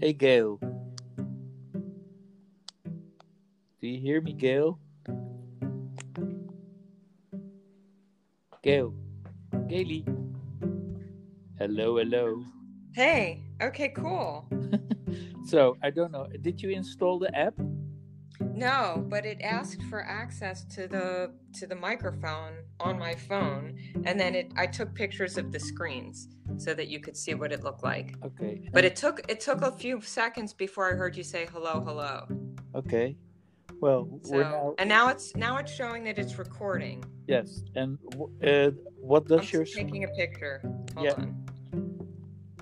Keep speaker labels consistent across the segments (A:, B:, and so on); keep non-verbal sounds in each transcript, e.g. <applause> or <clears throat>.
A: Hey, Gail. Do you hear me, Gail? Gail. Gaily. Hello, hello.
B: Hey, okay, cool.
A: So, I don't know. Did you install the app?
B: No, but it asked for access to the to the microphone on my phone and then it I took pictures of the screens so that you could see what it looked like.
A: Okay.
B: But it took it took a few seconds before I heard you say hello, hello.
A: Okay. Well,
B: So
A: we're now,
B: and now it's now it's showing that it's recording.
A: yes. And w- uh, what
B: I'm
A: does your
B: just taking a picture. Hold
A: Yeah.
B: on.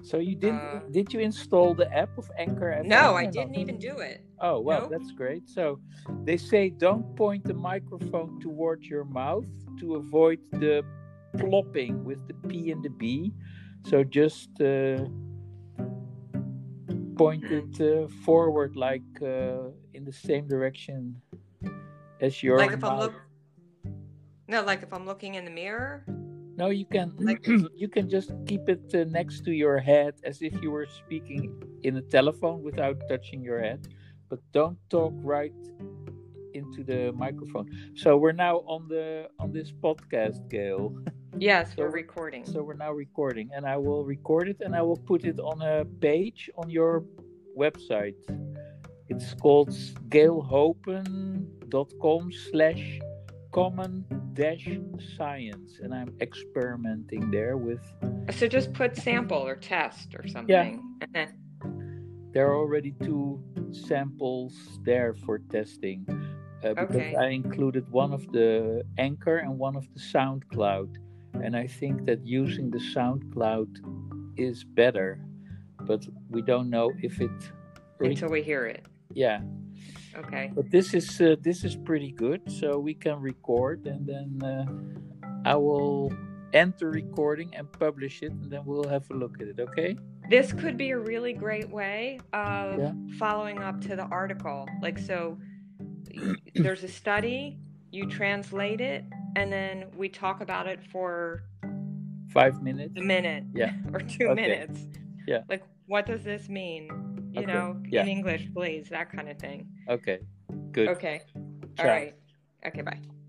A: so you didn't
B: uh,
A: did you install the app of Anchor? FM
B: No,
A: or
B: I
A: not?
B: didn't even do it.
A: Oh well,
B: No.
A: that's great. So they say don't point the microphone towards your mouth to avoid the plopping with the P and the B. So just uh, point it uh, forward, like uh, in the same direction as your
B: Like if I'm
A: mouth.
B: look No, like if I'm looking in the mirror.
A: No, you can
B: Like-
A: <clears throat> you can just keep it uh, next to your head as if you were speaking in a telephone without touching your head, but don't talk right into the microphone. So we're now on the on this podcast, Gail.
B: Yes,
A: So-
B: we're recording.
A: So we're now recording, and I will record it and I will put it on a page on your website. It's called gailhopen.com slash common dash science and i'm experimenting there with
B: So just put sample or test or something. And then,
A: there are already two samples there for testing uh, because
B: Okay.
A: I included one of the Anchor and one of the SoundCloud, and I think that using the SoundCloud is better, but we don't know if it. re-
B: until we hear it.
A: yeah,
B: Okay.
A: but this is uh, this is pretty good, so we can record, and then uh, I will end the recording and publish it, and then we'll have a look at it. Okay.
B: This could be a really great way of
A: Yeah.
B: following up to the article. Like, so there's a study, you translate it, and then we talk about it for
A: Five minutes.
B: a minute
A: Yeah.
B: <laughs> or two
A: Okay.
B: minutes.
A: Yeah.
B: Like, what does this mean? You
A: Okay.
B: know,
A: Yeah.
B: in English, please, that kind of thing.
A: Okay. Good.
B: Okay. All
A: Ciao.
B: right. Okay, bye.